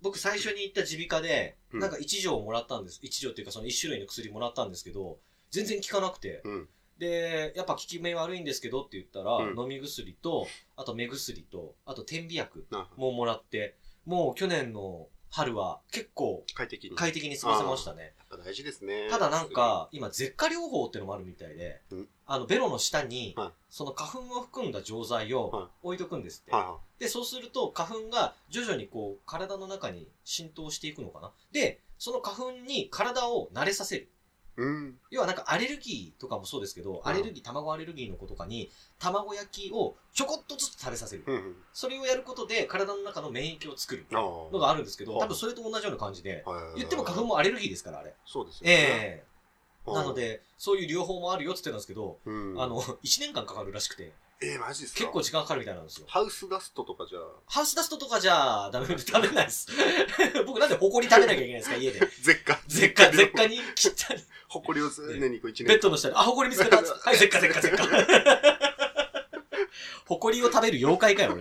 Speaker 1: 僕最初に行った耳鼻科で、
Speaker 2: うん
Speaker 1: なんか1錠もらったんです。1錠っていうかその1種類の薬もらったんですけど、全然効かなくて。
Speaker 2: うん
Speaker 1: で、やっぱ効き目悪いんですけどって言ったら、
Speaker 2: うん
Speaker 1: 飲み薬と、あと目薬と、あと点鼻薬
Speaker 2: な
Speaker 1: ももらって、もう去年の春は結構
Speaker 2: 快適に。
Speaker 1: 快適に過ごせましたね。
Speaker 2: やっぱ大事ですね。
Speaker 1: ただなん、か、今、舌下療法ってのもあるみたいで
Speaker 2: うん、
Speaker 1: あの、ベロの下に
Speaker 2: はい、
Speaker 1: その花粉を含んだ錠剤を置いとくんですって。
Speaker 2: は
Speaker 1: で、そうすると花粉が徐々にこう、体の中に浸透していくのかな。で、その花粉に体を慣れさせる。
Speaker 2: いはい。うん。
Speaker 1: 要はなんかアレルギーとかもそうですけど、
Speaker 2: うん
Speaker 1: アレルギー、卵アレルギーの子とかに、卵焼きをちょこっとずつ食べさせる。
Speaker 2: うんうん。
Speaker 1: それをやることで体の中の免疫を作る
Speaker 2: あ
Speaker 1: の
Speaker 2: あ。
Speaker 1: があるんですけど、
Speaker 2: はい
Speaker 1: 多分それと同じような感じで、
Speaker 2: はい
Speaker 1: 言っても花粉もアレルギーですから、あれ。
Speaker 2: そうですよね。
Speaker 1: ええなので、そういう療法もあるよって言ってたんですけど、
Speaker 2: うん、
Speaker 1: あの、1年間かかるらしくて、
Speaker 2: えー、マジですか
Speaker 1: 結構時間かかるみたいなんですよ。
Speaker 2: ハウスダストとかじゃあ、
Speaker 1: ハウスダストとかじゃダメ、食べないです。 僕なんで埃食べなきゃいけないんですか、家で。
Speaker 2: 絶下。
Speaker 1: 絶 下、絶下に切ったり、
Speaker 2: ほこりを常にこう一
Speaker 1: ベ
Speaker 2: 年
Speaker 1: ッドの下で、あ、埃見つけた はい、絶下、絶下、絶下。埃を食べる妖怪かよ、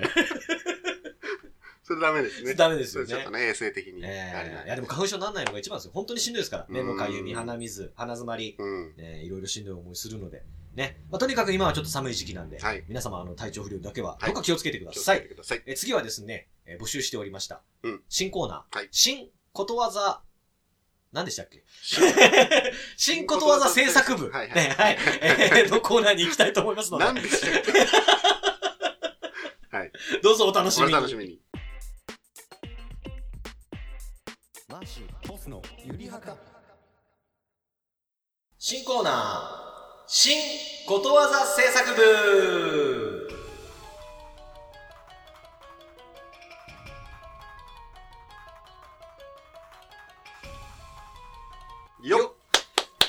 Speaker 2: それダメです
Speaker 1: 俺。
Speaker 2: ね。
Speaker 1: ダメです
Speaker 2: そ
Speaker 1: よ
Speaker 2: れちょっ
Speaker 1: ね
Speaker 2: と。ね、衛生的に。あれ
Speaker 1: え
Speaker 2: な
Speaker 1: え
Speaker 2: ん
Speaker 1: いや、でも花粉症にならないのが一番ですよ。本当にしんどいですから。目のかゆみ、
Speaker 2: うん
Speaker 1: 鼻水、鼻づまり、
Speaker 2: うん。
Speaker 1: ね、いろいろしんどい思いするので。ね。まあ、とにかく今はちょっと寒い時期なんで、
Speaker 2: はい
Speaker 1: 皆様、あの、体調不良だけは、
Speaker 2: い
Speaker 1: どうか気をつけてくだ
Speaker 2: 気をつ
Speaker 1: さ
Speaker 2: け
Speaker 1: い。
Speaker 2: てください。
Speaker 1: え次はですね、え募集しておりました。
Speaker 2: うん
Speaker 1: 新コーナー。
Speaker 2: はい
Speaker 1: 新ことわざ、何でしたっ け
Speaker 2: し
Speaker 1: 新ことわざ制作部。
Speaker 2: はいはい
Speaker 1: ねはい。えーのコーナーに行きたいと思いますので、
Speaker 2: 何でしたっけ
Speaker 1: どうぞお楽しみ
Speaker 2: お
Speaker 1: に。
Speaker 2: 楽しみに。
Speaker 3: マーシーボスのゆりはか
Speaker 1: 新コーナー、新ことわざ制作部
Speaker 2: よ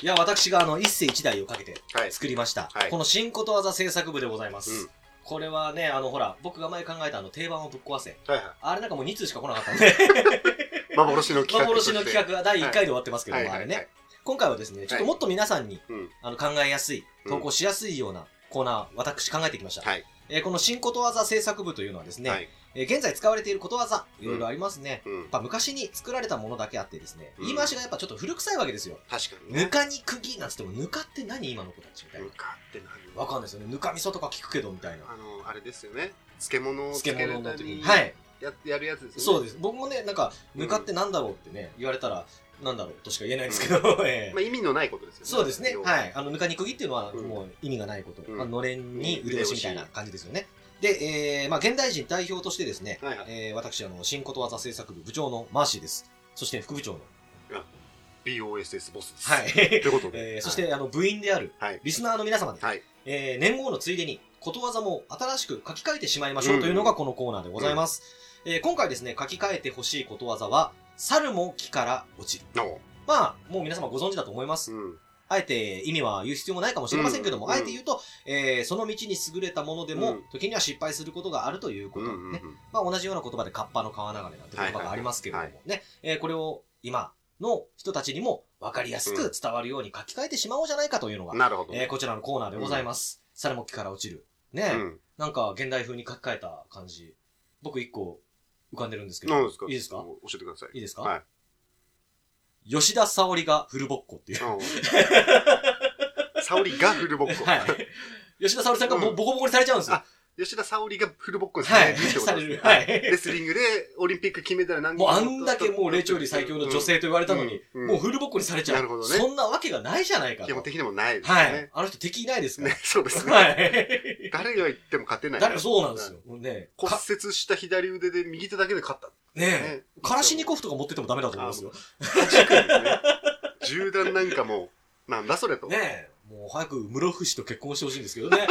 Speaker 1: いや、私があの、一世一代をかけて
Speaker 2: っはい。
Speaker 1: 作りました。
Speaker 2: はい
Speaker 1: この新ことわざ制作部でございます。
Speaker 2: うん
Speaker 1: これはね、あの、ほら、僕が前考えたあの、定番をぶっ壊せ。
Speaker 2: はいは
Speaker 1: あれなんかもう2通しか来なかったんで、
Speaker 2: い。幻 の企画。
Speaker 1: 幻の企画が第1回で終わってますけど
Speaker 2: はい
Speaker 1: も、
Speaker 2: は
Speaker 1: あ
Speaker 2: いは
Speaker 1: れ
Speaker 2: い。
Speaker 1: ね。今回はですね、ちょっともっと皆さんに、
Speaker 2: うん
Speaker 1: あの考えやすい、投稿しやすいようなコーナー、私考えてきました。
Speaker 2: はい。
Speaker 1: えーこの新ことわざ制作部というのはですね、
Speaker 2: はい。
Speaker 1: えー現在使われていることわざ、いろいろありますね。
Speaker 2: うん
Speaker 1: やっ。ぱ昔に作られたものだけあってですね、
Speaker 2: うん
Speaker 1: 言い回しがやっぱちょっと古臭いわけですよ。
Speaker 2: 確かにね。
Speaker 1: ぬかに釘なんつっても、ぬかって何今の子たちみたいな
Speaker 2: ぬ。かって何
Speaker 1: わかんないですよね。ぬか味噌とか聞くけどみたいな。
Speaker 2: あの、あれですよね。漬物をつけ
Speaker 1: 漬物
Speaker 2: る
Speaker 1: の
Speaker 2: た
Speaker 1: 時
Speaker 2: めに
Speaker 1: に。はい。
Speaker 2: ややるやつです
Speaker 1: そ
Speaker 2: よね。
Speaker 1: うです。僕もね、なんか、ぬかってなんだろうってね、言われたら、なんだろうとしか言えないですけど、 ええ
Speaker 2: まあ意味のないことですよね。
Speaker 1: そうですね
Speaker 2: 要。は
Speaker 1: はい。あの、ぬかに釘っていうのは、
Speaker 2: うん
Speaker 1: もう意味がないこと。
Speaker 2: うん
Speaker 1: まあのれんに腕押しみたいな感じですよね。で、えー、まあ、現代人代表としてですね、
Speaker 2: はいはい。
Speaker 1: えー、私、あの、新ことわざ制作部部長のマーシーです。そして、副部長の。
Speaker 2: BOSS ボスです。
Speaker 1: はい。
Speaker 2: ということで。
Speaker 1: えー、そして、あの、部員である
Speaker 2: はい、
Speaker 1: リスナーの皆様で、
Speaker 2: はい。
Speaker 1: えー、年号のついでに、ことわざも新しく書き換えてしまいましょうというのがこのコーナーでございます。えー今回ですね、書き換えてほしいことわざは、猿も木から落ちる。
Speaker 2: の、
Speaker 1: まあ、もう皆様ご存知だと思います。
Speaker 2: うん。
Speaker 1: あえて意味は言う必要もないかもしれませんけども、
Speaker 2: うん
Speaker 1: あえて言うと、えーその道に優れたもので
Speaker 2: う
Speaker 1: も
Speaker 2: ん、
Speaker 1: 時には失敗することがあるということ、ね
Speaker 2: うんうんうん
Speaker 1: まあ、同じような言葉で、カッパの川流れなんて言葉がありますけれどもね、えーこれを今の人たちにも分かりやすく伝わるように書き換えてしまおうじゃないかというのが、
Speaker 2: なるほど。
Speaker 1: えーこちらのコーナーでございます。サルモッキから落ちる。ね、
Speaker 2: うん。
Speaker 1: なんか現代風に書き換えた感じ。僕一個浮かんでるんですけど。
Speaker 2: 何ですか
Speaker 1: いいですか
Speaker 2: 教えてください。
Speaker 1: いいですか、
Speaker 2: はい。
Speaker 1: 吉田沙織がフルボッコっていう。
Speaker 2: 沙織がフルボッコ。
Speaker 1: はい。吉田沙織さんがボ,、
Speaker 2: うん
Speaker 1: ボコボコにされちゃうんですよ。
Speaker 2: あ吉田沙織がフルボッコですね。
Speaker 1: はい。
Speaker 2: ってこと
Speaker 1: さ
Speaker 2: で
Speaker 1: れ
Speaker 2: す
Speaker 1: る
Speaker 2: ね。
Speaker 1: はい。
Speaker 2: レスリングでオリンピック金メダル何
Speaker 1: もうあんだけもう霊長類最強の女性と言われたのに、
Speaker 2: うんうん
Speaker 1: もうフルボッコにされちゃう。
Speaker 2: なるほどね
Speaker 1: そんなわけがないじゃないか
Speaker 2: 基
Speaker 1: と。
Speaker 2: 本的にもないですよ
Speaker 1: は
Speaker 2: ね
Speaker 1: い。。あの人敵いないですか
Speaker 2: ね
Speaker 1: ら。、
Speaker 2: そうですね。
Speaker 1: はい。
Speaker 2: 誰が言っても勝てない。
Speaker 1: 誰そうなんですよ。もうね、
Speaker 2: 骨
Speaker 1: か
Speaker 2: 折した左腕で右手だけで勝った。
Speaker 1: ね
Speaker 2: ね
Speaker 1: カラシニコフとか持っててもダメだと思いますよ。
Speaker 2: 確かにね。銃弾なんかも、なんだそれと。
Speaker 1: ねえ、もう早く室伏と結婚してほしいんですけど ね。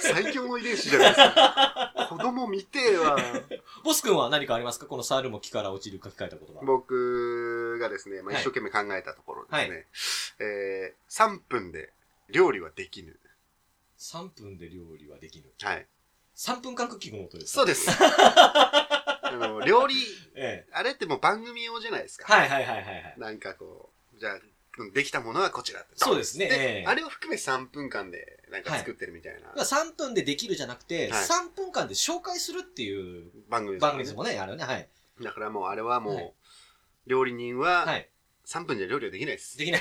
Speaker 2: 最強の遺伝子じゃないですか。子供見てえわ。
Speaker 1: ボス君は何かありますかこのサールも木から落ちる書き換えた言葉。
Speaker 2: 僕がですね、まあ、
Speaker 1: は
Speaker 2: 一
Speaker 1: い
Speaker 2: 生懸命考えたところですね、
Speaker 1: は
Speaker 2: えー、3分で料理はできぬ。
Speaker 1: 3分で料理はできる。
Speaker 2: はい。
Speaker 1: 3分間クッキングの音ですか
Speaker 2: そ うです。あの、料理、
Speaker 1: ええ。
Speaker 2: あれってもう番組用じゃないですか。
Speaker 1: はいはいはいはいはい。
Speaker 2: なんかこう、じゃあ、できたものはこちらって
Speaker 1: そうですね。ええ
Speaker 2: あれを含め3分間でなんか作ってるみたいな
Speaker 1: 3分でできるじゃなくて、
Speaker 2: はい
Speaker 1: 3分間で紹介するっていう
Speaker 2: 番組です
Speaker 1: 番組
Speaker 2: ね
Speaker 1: ですもんね、あれね。はい。
Speaker 2: だからもうあれはもう、
Speaker 1: はい
Speaker 2: 料理人
Speaker 1: は。
Speaker 2: はい3分じゃ料理はできないです。
Speaker 1: で きない。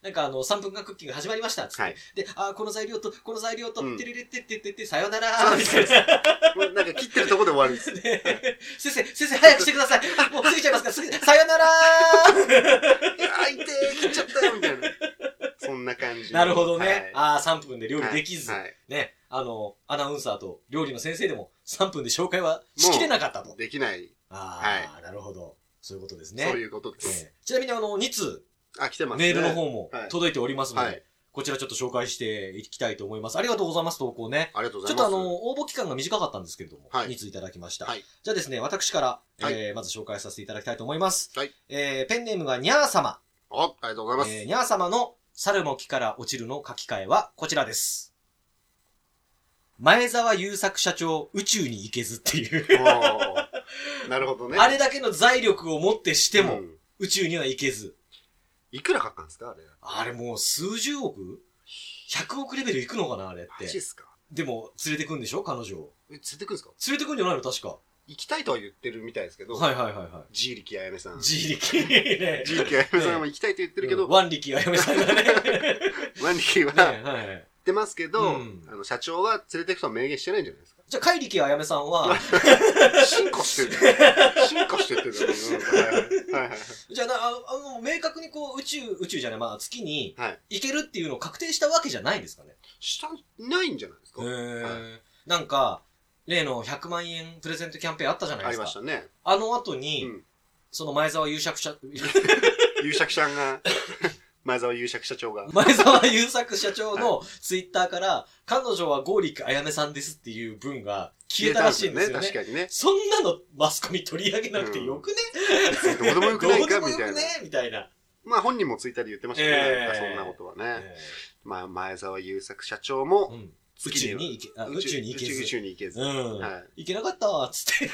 Speaker 1: なんかあの、3分間クッキング始まりましたっつって。
Speaker 2: はい
Speaker 1: で、あーこの材料と、この材料と
Speaker 2: う、ん
Speaker 1: てれれってってってって、さよなら
Speaker 2: そう
Speaker 1: ー
Speaker 2: で
Speaker 1: み
Speaker 2: す
Speaker 1: たいな。
Speaker 2: もうなんか切ってるところで終わる んです。
Speaker 1: ね先生、先生、早くしてください。もう過ぎちゃいます から、すぐ、さよならー
Speaker 2: いやー、痛え切っちゃったよみたいな。そんな感 じ。
Speaker 1: なるほどね。
Speaker 2: はい
Speaker 1: ああ、3分で料理できず、
Speaker 2: はいはい
Speaker 1: ね、あの、アナウンサーと料理の先生でも3分で紹介はしきれなかったと。
Speaker 2: できない、
Speaker 1: ああ、なるほど。そういうことですね。
Speaker 2: そういうことです。
Speaker 1: ええちなみに、あの、2通、
Speaker 2: あ、来てます
Speaker 1: メ
Speaker 2: ね。
Speaker 1: ールの方も
Speaker 2: はい
Speaker 1: 届いておりますので、
Speaker 2: はい。
Speaker 1: こちらちょっと紹介していきたいと思います。ありがとうございます、投稿ね。
Speaker 2: ありがとうご
Speaker 1: ち
Speaker 2: ざ
Speaker 1: ょ
Speaker 2: い
Speaker 1: っと
Speaker 2: ま
Speaker 1: あ
Speaker 2: す。
Speaker 1: の、応募期間が短かったんですけれども、
Speaker 2: はい
Speaker 1: 2通いただきました。
Speaker 2: はい
Speaker 1: じゃあですね、私から、
Speaker 2: はい
Speaker 1: えーまず紹介させていただきたいと思います。
Speaker 2: はい
Speaker 1: えーペンネームがにゃー様。
Speaker 2: おありがとうございます。
Speaker 1: えー、ニャー様の猿も木から落ちるの書き換えはこちらです。前澤友作社長、宇宙に行けずっていう、
Speaker 2: おーなるほどね。
Speaker 1: あれだけの財力を持ってしても、
Speaker 2: うん
Speaker 1: 宇宙には行けず。
Speaker 2: いくらかかったんですかあれ。
Speaker 1: あれもう数十億 ?100 億レベル行くのかなあれっ
Speaker 2: マジ
Speaker 1: て
Speaker 2: っ。すか
Speaker 1: でも、連れてくんでしょ彼女を。
Speaker 2: え、連れてくんですか
Speaker 1: 連れてくんじゃないの確か。
Speaker 2: 行きたいとは言ってるみたいですけど、
Speaker 1: はいはいはいは
Speaker 2: ジーリキあやめさん。
Speaker 1: い。
Speaker 2: ジ
Speaker 1: 自力。ね
Speaker 2: ーリキあやめさんも行きたいと言ってるけど、
Speaker 1: うん腕力はやめさんが ね。ね
Speaker 2: ワンリキは
Speaker 1: は
Speaker 2: 言っ
Speaker 1: いはい。
Speaker 2: てますけど、
Speaker 1: うん
Speaker 2: あの社長は連れてくとは明言してないんじゃな いですか。
Speaker 1: じゃあ、怪力はやめさんは、
Speaker 2: 進化してる。進化してってる。うんはいはいはい
Speaker 1: じゃあな、ああの、明確にこう、宇宙、宇宙じゃない、まあ、月に
Speaker 2: はい
Speaker 1: 行けるっていうのを確定したわけじゃないんですかね。
Speaker 2: した、ないんじゃないですか。
Speaker 1: へえ。なんか、例の100万円プレゼントキャンペーンあったじゃない
Speaker 2: あ
Speaker 1: で
Speaker 2: り
Speaker 1: すか。
Speaker 2: ましたね。
Speaker 1: あの後に、
Speaker 2: うん
Speaker 1: その前澤友作社、
Speaker 2: 勇作さんが、前澤勇作社長が。
Speaker 1: 前澤友作社長のツイッターから、彼女は剛力彩音さんですっていう文が消えたらしいんですよね。
Speaker 2: 確かにね。
Speaker 1: そんなのマスコミ取り上げなくてよくね、
Speaker 2: どうでもよくない
Speaker 1: どう
Speaker 2: か
Speaker 1: でも
Speaker 2: み
Speaker 1: よ
Speaker 2: たい
Speaker 1: く
Speaker 2: な
Speaker 1: ね。みたいな。
Speaker 2: まあ本人もツイッターで言ってましたけど、
Speaker 1: ええ
Speaker 2: なんかそんなことはね。
Speaker 1: え
Speaker 2: まあ前澤友作社長
Speaker 1: えう
Speaker 2: も、
Speaker 1: ん宇
Speaker 2: 月
Speaker 1: 宙
Speaker 2: は
Speaker 1: に行け、あ宇宙に行けず
Speaker 2: 宇。宙に行けず。
Speaker 1: う
Speaker 2: は
Speaker 1: ん。
Speaker 2: い
Speaker 1: いけなかったわ、つ って。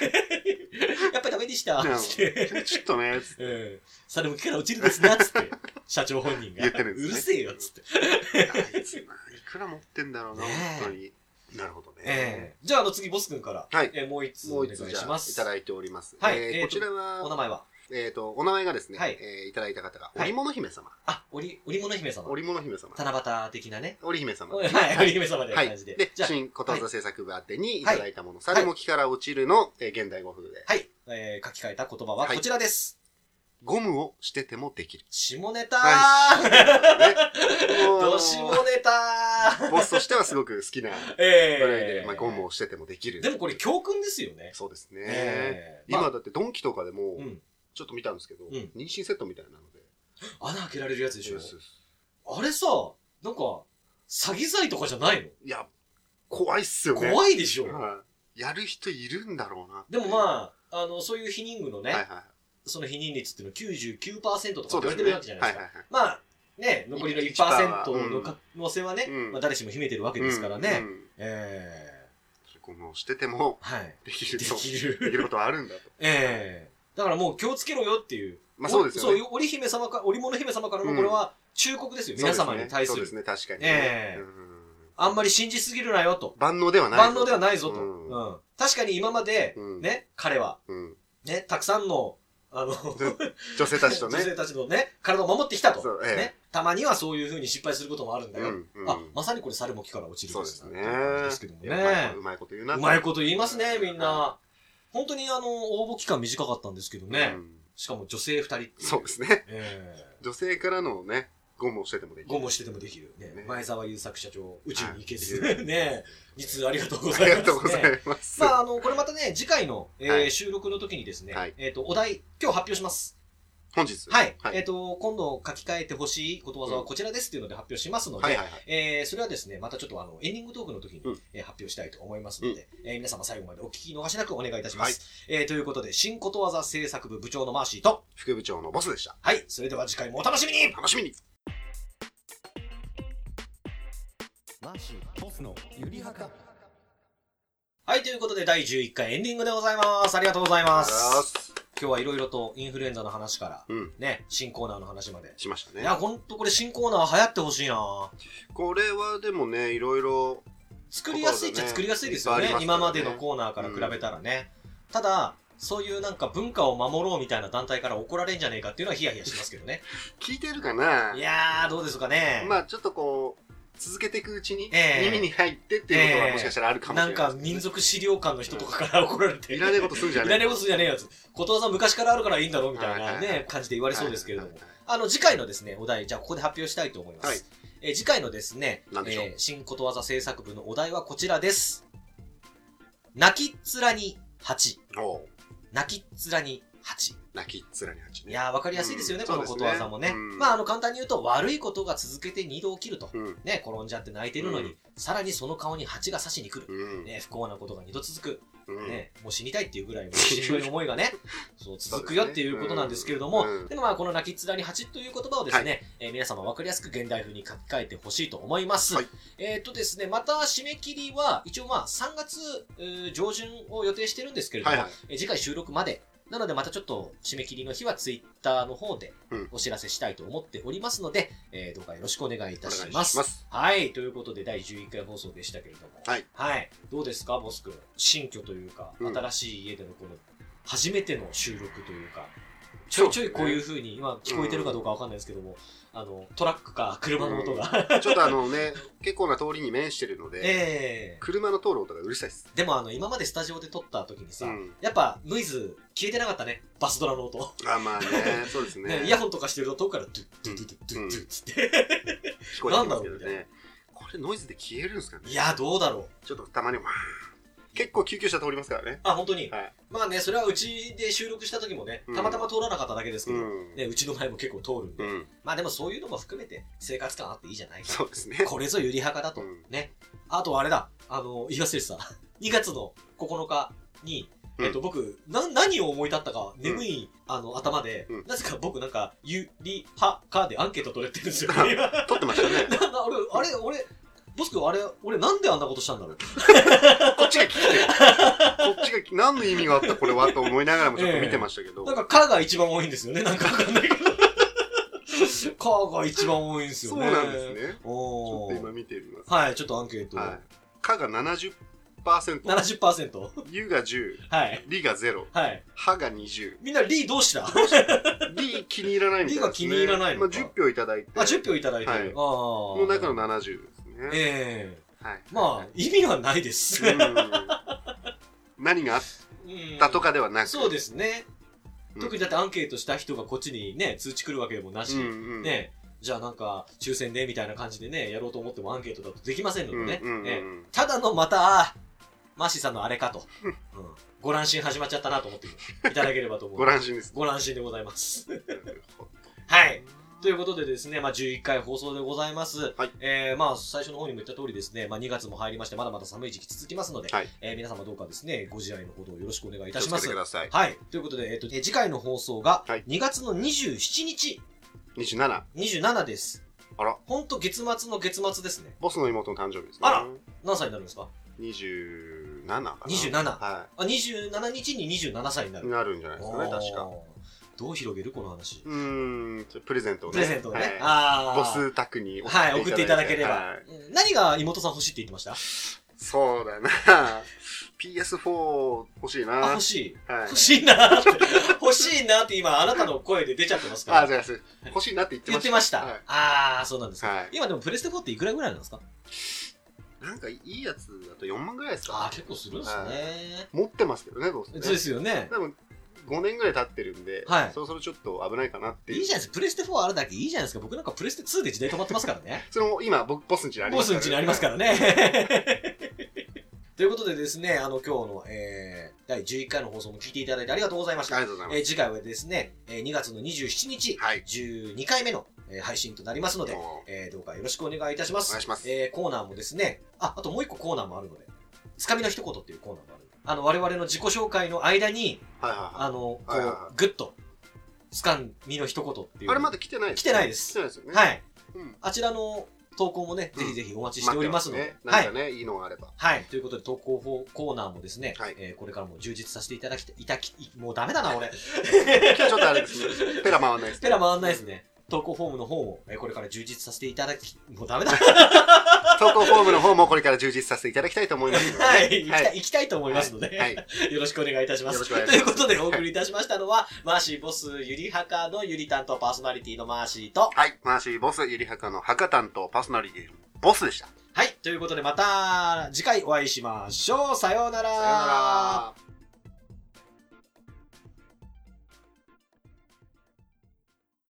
Speaker 1: やっぱりダメで した、つって。
Speaker 2: ちょっとね、
Speaker 1: うん。サルムから落ちるですな、つって。社長本人が。
Speaker 2: 言ってるんですね
Speaker 1: うるせえよ、つって。
Speaker 2: あいつないくら持ってんだろうな、
Speaker 1: ねえ
Speaker 2: 本当に。なるほどね。
Speaker 1: ええじゃあ、あの次、ボス君から。
Speaker 2: はい
Speaker 1: えーもう一つ
Speaker 2: も
Speaker 1: お
Speaker 2: う
Speaker 1: 願いし
Speaker 2: 一つじゃ
Speaker 1: ま
Speaker 2: あ
Speaker 1: す。
Speaker 2: いただいております。
Speaker 1: はい
Speaker 2: えー
Speaker 1: えーと
Speaker 2: こちら
Speaker 1: お
Speaker 2: は、
Speaker 1: 名前は
Speaker 2: えっと、お名前がですね、
Speaker 1: はい
Speaker 2: えーいただいた方が、
Speaker 1: はい
Speaker 2: 織物姫様。
Speaker 1: あ、織、織物姫様。
Speaker 2: 織物姫様。
Speaker 1: 七夕的なね。
Speaker 2: 織姫様。
Speaker 1: はい、織姫様で。
Speaker 2: はい。
Speaker 1: 感じで。
Speaker 2: で、
Speaker 1: じゃあ、
Speaker 2: 新ことわざ制作部宛てにいただいたもの、猿も木から落ちるの、えー現代語風で、
Speaker 1: はい。えー書き換えた言葉はこちらです。
Speaker 2: ゴムをしててもできる。
Speaker 1: 下ネター
Speaker 2: はい。もうあの
Speaker 1: ど下ネター
Speaker 2: ボスとしてはすごく好きな部類
Speaker 1: え
Speaker 2: で、
Speaker 1: え
Speaker 2: まあ、ゴムをしててもできる。
Speaker 1: でもこれ教訓ですよね。
Speaker 2: そうですね。
Speaker 1: ええま
Speaker 2: 今
Speaker 1: あ
Speaker 2: だってドンキとかでも
Speaker 1: う、ん。
Speaker 2: ちょっと見たんですけど、
Speaker 1: ん
Speaker 2: 妊娠セットみたいなので。
Speaker 1: 穴開けられるやつでしょ。
Speaker 2: そうそうそ
Speaker 1: あれさ、なんか、詐欺罪とかじゃないの
Speaker 2: ういや、怖いっすよね。
Speaker 1: 怖いでしょ、
Speaker 2: はいやる人いるんだろうな。
Speaker 1: でも
Speaker 2: あ、
Speaker 1: まあ、あの、そういう否認具のね、
Speaker 2: はいはい。
Speaker 1: その否認率っていうのは99%とか
Speaker 2: そ
Speaker 1: っ
Speaker 2: う
Speaker 1: て言われ
Speaker 2: です
Speaker 1: てる
Speaker 2: ね。
Speaker 1: わけじゃないで
Speaker 2: は
Speaker 1: すか。
Speaker 2: いはいはい。
Speaker 1: まあ、ね、残りの
Speaker 2: う
Speaker 1: 1%
Speaker 2: ん
Speaker 1: の可能性はね、
Speaker 2: うん
Speaker 1: まあ、誰しも秘めてるわけですからね。
Speaker 2: うんうん
Speaker 1: え
Speaker 2: そこもしてても
Speaker 1: ー、はい。
Speaker 2: でき
Speaker 1: で
Speaker 2: ると
Speaker 1: き
Speaker 2: でき
Speaker 1: る。
Speaker 2: ることはあるんだと。
Speaker 1: えー、だからもう気をつけろよっていう。
Speaker 2: まあそうですよね。
Speaker 1: そう、織姫様か、織物姫様からのこれは忠告ですよ。皆様に対す
Speaker 2: そう
Speaker 1: る。
Speaker 2: ですね、そうですね確かにね。
Speaker 1: ええ
Speaker 2: うん
Speaker 1: あんまり信じすぎるなよと。
Speaker 2: 万能ではない。
Speaker 1: 万能ではないぞと。
Speaker 2: う
Speaker 1: うん
Speaker 2: ん。
Speaker 1: 確かに今まで、
Speaker 2: うん
Speaker 1: ね、彼は、
Speaker 2: うん
Speaker 1: ね、たくさんの、あの、
Speaker 2: 女性たちとね
Speaker 1: 女。性たちのね、体を守ってきたと。
Speaker 2: そうええ
Speaker 1: ね、たまにはそういうふうに失敗することもあるんだよ。
Speaker 2: うんうん
Speaker 1: あ、まさにこれ、猿も木から落ちる
Speaker 2: そうですね
Speaker 1: ですけども
Speaker 2: いやうまい
Speaker 1: ね
Speaker 2: こと。うまいこと言うな。
Speaker 1: うまいこと言いますね、みん
Speaker 2: は
Speaker 1: な。本当にあの、応募期間短かったんですけどね。
Speaker 2: うん
Speaker 1: しかも女性二人っていう。
Speaker 2: そうですね。
Speaker 1: ええ
Speaker 2: 女性からのね、ゴムをしててもできる。
Speaker 1: ゴムをしててもできる。ね
Speaker 2: ね
Speaker 1: 前澤友作社長、宇宙に行け
Speaker 2: は
Speaker 1: ず。
Speaker 2: い
Speaker 1: ねいつありがとうご
Speaker 2: あ
Speaker 1: ざい
Speaker 2: り
Speaker 1: ます、ね。
Speaker 2: がとうございます。
Speaker 1: まあ、あの、これまたね、次回の、えー
Speaker 2: はい
Speaker 1: 収録の時にですね、
Speaker 2: はい
Speaker 1: えっ、と、お題、今日発表します。
Speaker 2: 本日。
Speaker 1: はい。
Speaker 2: はい
Speaker 1: えっ、と、今度書き換えてほしいことわざはこちらですっていうので発表しますので、
Speaker 2: はいはいはい。
Speaker 1: えーそれはですね、またちょっとあの、エンディングトークの時に、
Speaker 2: うん
Speaker 1: えー発表したいと思いますので、えー皆様最後までお聞き逃しなくお願いいたします。えーということで、新ことわざ制作部部長のマーシーと、
Speaker 2: 副部長のボスでした。
Speaker 1: はい、それでは次回もお楽しみに
Speaker 2: 楽しみに
Speaker 3: マーシーボスのゆりはか
Speaker 1: はい、ということで第11回エンディングでございます。ありがとうござい
Speaker 2: あ
Speaker 1: ます。
Speaker 2: す。
Speaker 1: 今日はいろいろとインフルエンザの話から、
Speaker 2: うん。
Speaker 1: ね、新コーナーの話まで。
Speaker 2: しました
Speaker 1: い
Speaker 2: ね
Speaker 1: や、。ほんとこれ新コーナー流行ってほしいな
Speaker 2: これはでもね、いろいろ、
Speaker 1: 作りやすいっちゃ作りやすいですよ
Speaker 2: いっ
Speaker 1: ね
Speaker 2: ぱいありますから
Speaker 1: 今
Speaker 2: ね
Speaker 1: までのコーナーから比べたらね、ただそういうなんか文化を守ろうみたいな団体から怒られんじゃねえかっていうのはヒヤヒヤしますけどね
Speaker 2: 聞いてるかない
Speaker 1: やーどうですかね、
Speaker 2: まあちょっとこう、続けていくうちに、
Speaker 1: ええ
Speaker 2: 耳に入ってっていうことはもしかしたらあるかもし
Speaker 1: な
Speaker 2: れなんいですね、
Speaker 1: か民族資料館の人とかから怒られて
Speaker 2: いらねえことするんじゃ
Speaker 1: い
Speaker 2: ね
Speaker 1: ら
Speaker 2: え
Speaker 1: ねえことするじゃねえやつことわざ昔からあるからいいんだろみたい
Speaker 2: はい
Speaker 1: な
Speaker 2: はいは
Speaker 1: ね感じで言われそうですけれども
Speaker 2: はいはいはい
Speaker 1: あの次回のですねお題じゃあここで発表したいと思います、
Speaker 2: はい
Speaker 1: えー次回のですね
Speaker 2: なんでしょう
Speaker 1: えー新ことわざ制作部のお題はこちらです泣きっ面に蜂
Speaker 2: おう
Speaker 1: 泣きっ面に蜂。
Speaker 2: 泣きっ面に蜂ね。
Speaker 1: いやー、わかりやすいですよね、
Speaker 2: うん
Speaker 1: このことわざもね。
Speaker 2: そうですねうん
Speaker 1: まあ、あの、簡単に言うと、悪いことが続けて二度起きると。
Speaker 2: うん。
Speaker 1: ね、転んじゃって泣いてるのに、
Speaker 2: うん
Speaker 1: さらにその顔に蜂が刺しに来る。
Speaker 2: うん。
Speaker 1: ね、不幸なことが二度続
Speaker 2: う
Speaker 1: く。
Speaker 2: ん。
Speaker 1: ね、もう死にたいっていうぐらい、強い思いが ね、そう続くよっていうことなんですけれども、
Speaker 2: そう
Speaker 1: で
Speaker 2: ですねうん
Speaker 1: もまあ、この泣きっ面に蜂という言葉をですね、えー皆様わかりやすく現代風に書き換えてほしいと思います。
Speaker 2: はい
Speaker 1: えっ、とですね、また締め切りは、一応まあ、3月えー上旬を予定してるんですけれども、
Speaker 2: はいはい。
Speaker 1: えー次回収録まで。なのでまたちょっと締め切りの日はツイッターの方で
Speaker 2: うん
Speaker 1: お知らせしたいと思っておりますので、えーどうかよろしくお願いい
Speaker 2: お
Speaker 1: たし
Speaker 2: 願いし
Speaker 1: ま。
Speaker 2: ますす。
Speaker 1: はい、ということで第11回放送でしたけれども。
Speaker 2: はい。
Speaker 1: どうですか、ボス君。新居というか、
Speaker 2: うん
Speaker 1: 新しい家でのこの、初めての収録というか、ち
Speaker 2: そ
Speaker 1: ょ
Speaker 2: う
Speaker 1: い
Speaker 2: で
Speaker 1: ち
Speaker 2: す
Speaker 1: ょ
Speaker 2: ね
Speaker 1: いこういう風に、今聞こえてるかどうかわかんないですけども、あの、トラックか車の音が。
Speaker 2: ちょっとあのね、 結構な通りに面してるので、
Speaker 1: ええ
Speaker 2: 車の通る音がうるさいです。
Speaker 1: でもあの、今までスタジオで撮った時にさ、
Speaker 2: うん。
Speaker 1: やっぱノイズ消えてなかったね、バスドラの音。
Speaker 2: あ、まあ ね、そうですね。
Speaker 1: ね、 イヤホンとかしてると遠くからドゥッドゥッドゥッドゥッドゥッつって、
Speaker 2: 聞こえてきますけど
Speaker 1: なんだろうみたい
Speaker 2: ね。これノイズで消えるんですかね
Speaker 1: いやどうだろう
Speaker 2: ちょっとたまに、わー結構救急車通りますからね。
Speaker 1: あ本当に、
Speaker 2: はい
Speaker 1: まあねそれはうちで収録した時もねたまたま通らなかっただけですけ
Speaker 2: う
Speaker 1: ど、
Speaker 2: ん。
Speaker 1: ね、うちの前も結構通るんで、
Speaker 2: うん。
Speaker 1: まあでもそういうのも含めて生活感あっていいじゃないか
Speaker 2: そうですね。
Speaker 1: これぞゆりはかだと、
Speaker 2: うん
Speaker 1: ねあとあれだあの 言い忘れてた2月の9日に
Speaker 2: うん
Speaker 1: えっと、僕な、何を思い立ったか、眠い、あの頭で、
Speaker 2: うん
Speaker 1: なぜか僕なんか、ゆりはかでアンケート取れてるんですよ、
Speaker 2: あ
Speaker 1: 今
Speaker 2: 撮ってましたね。
Speaker 1: なんだ、俺、あれ、俺、ボス君、あれ、俺なんであんなことしたんだろう。
Speaker 2: こっちが聞きて、 こっちがき何の意味があったこれはと思いながらもちょっと見てました けど、
Speaker 1: なんか、かが一番多いんですよね。なんかわかんないけ ど。かが一番多いんですよ
Speaker 2: そう
Speaker 1: ね。
Speaker 2: なんですね。ちょ
Speaker 1: お
Speaker 2: っと
Speaker 1: ー
Speaker 2: 今見てみます。
Speaker 1: はい、ちょっとアンケート。
Speaker 2: はい。かが70%、
Speaker 1: 70%。
Speaker 2: ゆが10、
Speaker 1: はい。
Speaker 2: りが0、
Speaker 1: はい。
Speaker 2: はが20。
Speaker 1: みんな、リーどうした
Speaker 2: り気に入らないみたい
Speaker 1: り
Speaker 2: です、ね。
Speaker 1: が気に入らないのか
Speaker 2: まあ10票いただいて、
Speaker 1: あ、10票いただいてる。
Speaker 2: は
Speaker 1: あ
Speaker 2: い
Speaker 1: あ。
Speaker 2: の中の70ですね。
Speaker 1: ええ
Speaker 2: はい。
Speaker 1: まあ、意味はないです。
Speaker 2: あ、うん、何があっ
Speaker 1: うん
Speaker 2: たとかではなく、
Speaker 1: そうですね。
Speaker 2: うん
Speaker 1: 特にだってアンケートした人がこっちにね、通知来るわけでもなし
Speaker 2: う。んうん、
Speaker 1: ねじゃあなんか、抽選でみたいな感じでね、やろうと思ってもアンケートだとできませんの
Speaker 2: うんうん
Speaker 1: でね。
Speaker 2: うん
Speaker 1: ええただのまた、あーマーシーさんのあれかと、うん、ご乱心始まっちゃったなと思っていただければと思
Speaker 2: ご
Speaker 1: う。
Speaker 2: 安心です。
Speaker 1: ご乱心でございます。
Speaker 2: なるほど
Speaker 1: はい。ということでですね、まあ、11回放送でございます。
Speaker 2: はい
Speaker 1: えーまあ、最初の方にも言った通りですね、まあ、2月も入りまして、まだまだ寒い時期続きますので、
Speaker 2: はい
Speaker 1: えー皆様どうかですね、ご自愛のほどよろしくお願いい
Speaker 2: 気
Speaker 1: た
Speaker 2: を
Speaker 1: し
Speaker 2: つ
Speaker 1: ま
Speaker 2: けて
Speaker 1: す
Speaker 2: く。ださい。
Speaker 1: はい。ということで、えっ、と、えー次回の放送が
Speaker 2: はい、
Speaker 1: 2月の27日、
Speaker 2: 27。
Speaker 1: 27です。
Speaker 2: あら
Speaker 1: ほんと月末の月末ですね。
Speaker 2: ボスの妹の誕生日ですね。
Speaker 1: あら何歳になるんですか
Speaker 2: 27かな。
Speaker 1: 27
Speaker 2: は
Speaker 1: あ、27日に27歳になる。
Speaker 2: い。なるんじゃないですかね、確
Speaker 1: お
Speaker 2: か。
Speaker 1: ー。どう広げるこの話。
Speaker 2: うーん、ちょプレゼントをね。
Speaker 1: プレゼントをね。
Speaker 2: はい
Speaker 1: ああ。
Speaker 2: ボス宅に
Speaker 1: はい、送っていただければ。
Speaker 2: はい
Speaker 1: うん何が妹さん欲しいって言ってました
Speaker 2: そうだな。PS4 欲しい
Speaker 1: あ、
Speaker 2: な。
Speaker 1: 欲しい。
Speaker 2: はい
Speaker 1: 欲。しいなって。欲しいなって今、あなたの声で出ちゃってますか
Speaker 2: あ、
Speaker 1: ら。
Speaker 2: 違います。欲しいなって言って
Speaker 1: 言
Speaker 2: ました。
Speaker 1: ってました。
Speaker 2: はい
Speaker 1: ああ、そうなんですか。
Speaker 2: はい
Speaker 1: 今でもプレステ4っていくらぐらいなんですか
Speaker 2: なんかいいやつだと4万ぐらいです
Speaker 1: あ
Speaker 2: か
Speaker 1: あ、結構するんです
Speaker 2: は
Speaker 1: ね。
Speaker 2: 持ってますけどね、どうせね。
Speaker 1: そうですよね。
Speaker 2: でも5年ぐらい経ってるんで、
Speaker 1: はい
Speaker 2: そろそろちょっと危ないかなっていう。
Speaker 1: いいじゃないですか。プレステ4あるだけいいじゃないですか。僕なんかプレステ2で時代止まってますからね。
Speaker 2: それも今、僕、ボスんちにあり
Speaker 1: ボ
Speaker 2: ます
Speaker 1: スんちにあります
Speaker 2: ら。
Speaker 1: からね。ということでですね、あの、今日の、えー、第11回の放送も聞いていただいてありがとうございました。
Speaker 2: ありがとうございます。
Speaker 1: えー次回はですね、えー2月の27日、
Speaker 2: はい。
Speaker 1: 12回目の、えー配信となりますので、
Speaker 2: もう
Speaker 1: えーどうかよろしくお願いいたします。
Speaker 2: お願いします
Speaker 1: えーコーナーもですね、あ、あともう一個コーナーもあるので、つかみの一言っていうコーナーもある。あの、我々の自己紹介の間に、
Speaker 2: はいはいは
Speaker 1: あの、こ
Speaker 2: はいはいは
Speaker 1: う、ぐっと、つかみの一言ってい
Speaker 2: い。
Speaker 1: う。
Speaker 2: あれまだ来てないです
Speaker 1: 来てないです
Speaker 2: 来てないですよね。
Speaker 1: はい。
Speaker 2: うん
Speaker 1: あちらの投稿もね、
Speaker 2: うん
Speaker 1: ぜひぜひお待ちしておりますの
Speaker 2: 待っ
Speaker 1: で
Speaker 2: て。
Speaker 1: はい
Speaker 2: ね。なん。かね、いいのがあれば。
Speaker 1: はい。ということで、投稿フォーコーナーもですね、
Speaker 2: はい
Speaker 1: えーこれからも充実させていただきたい、いたき、いもうダメだな、俺。
Speaker 2: 今日ちょっとあれ ですね。ペラ回らないですね。
Speaker 1: ペラ回んないですね。投稿フォームの方も、えーこれから充実させていただき、もうダメだ。
Speaker 2: 投稿フォームの方もこれから充実させていただきたいと思いますので。
Speaker 1: はい。行き
Speaker 2: は
Speaker 1: たい、
Speaker 2: い
Speaker 1: 行きたいと思いますので。
Speaker 2: はい。
Speaker 1: よろしくお願いいたします。
Speaker 2: よろしくお願いします
Speaker 1: ということでお送りいたしましたのは、マーシーボスゆりはかのゆり担当パーソナリティのマーシーと、
Speaker 2: はい。マーシーボス、ゆりはかの博担当パーソナリティのボスでした。
Speaker 1: はい、ということでまた次回お会いしましょう。さようなら。
Speaker 2: さようなら。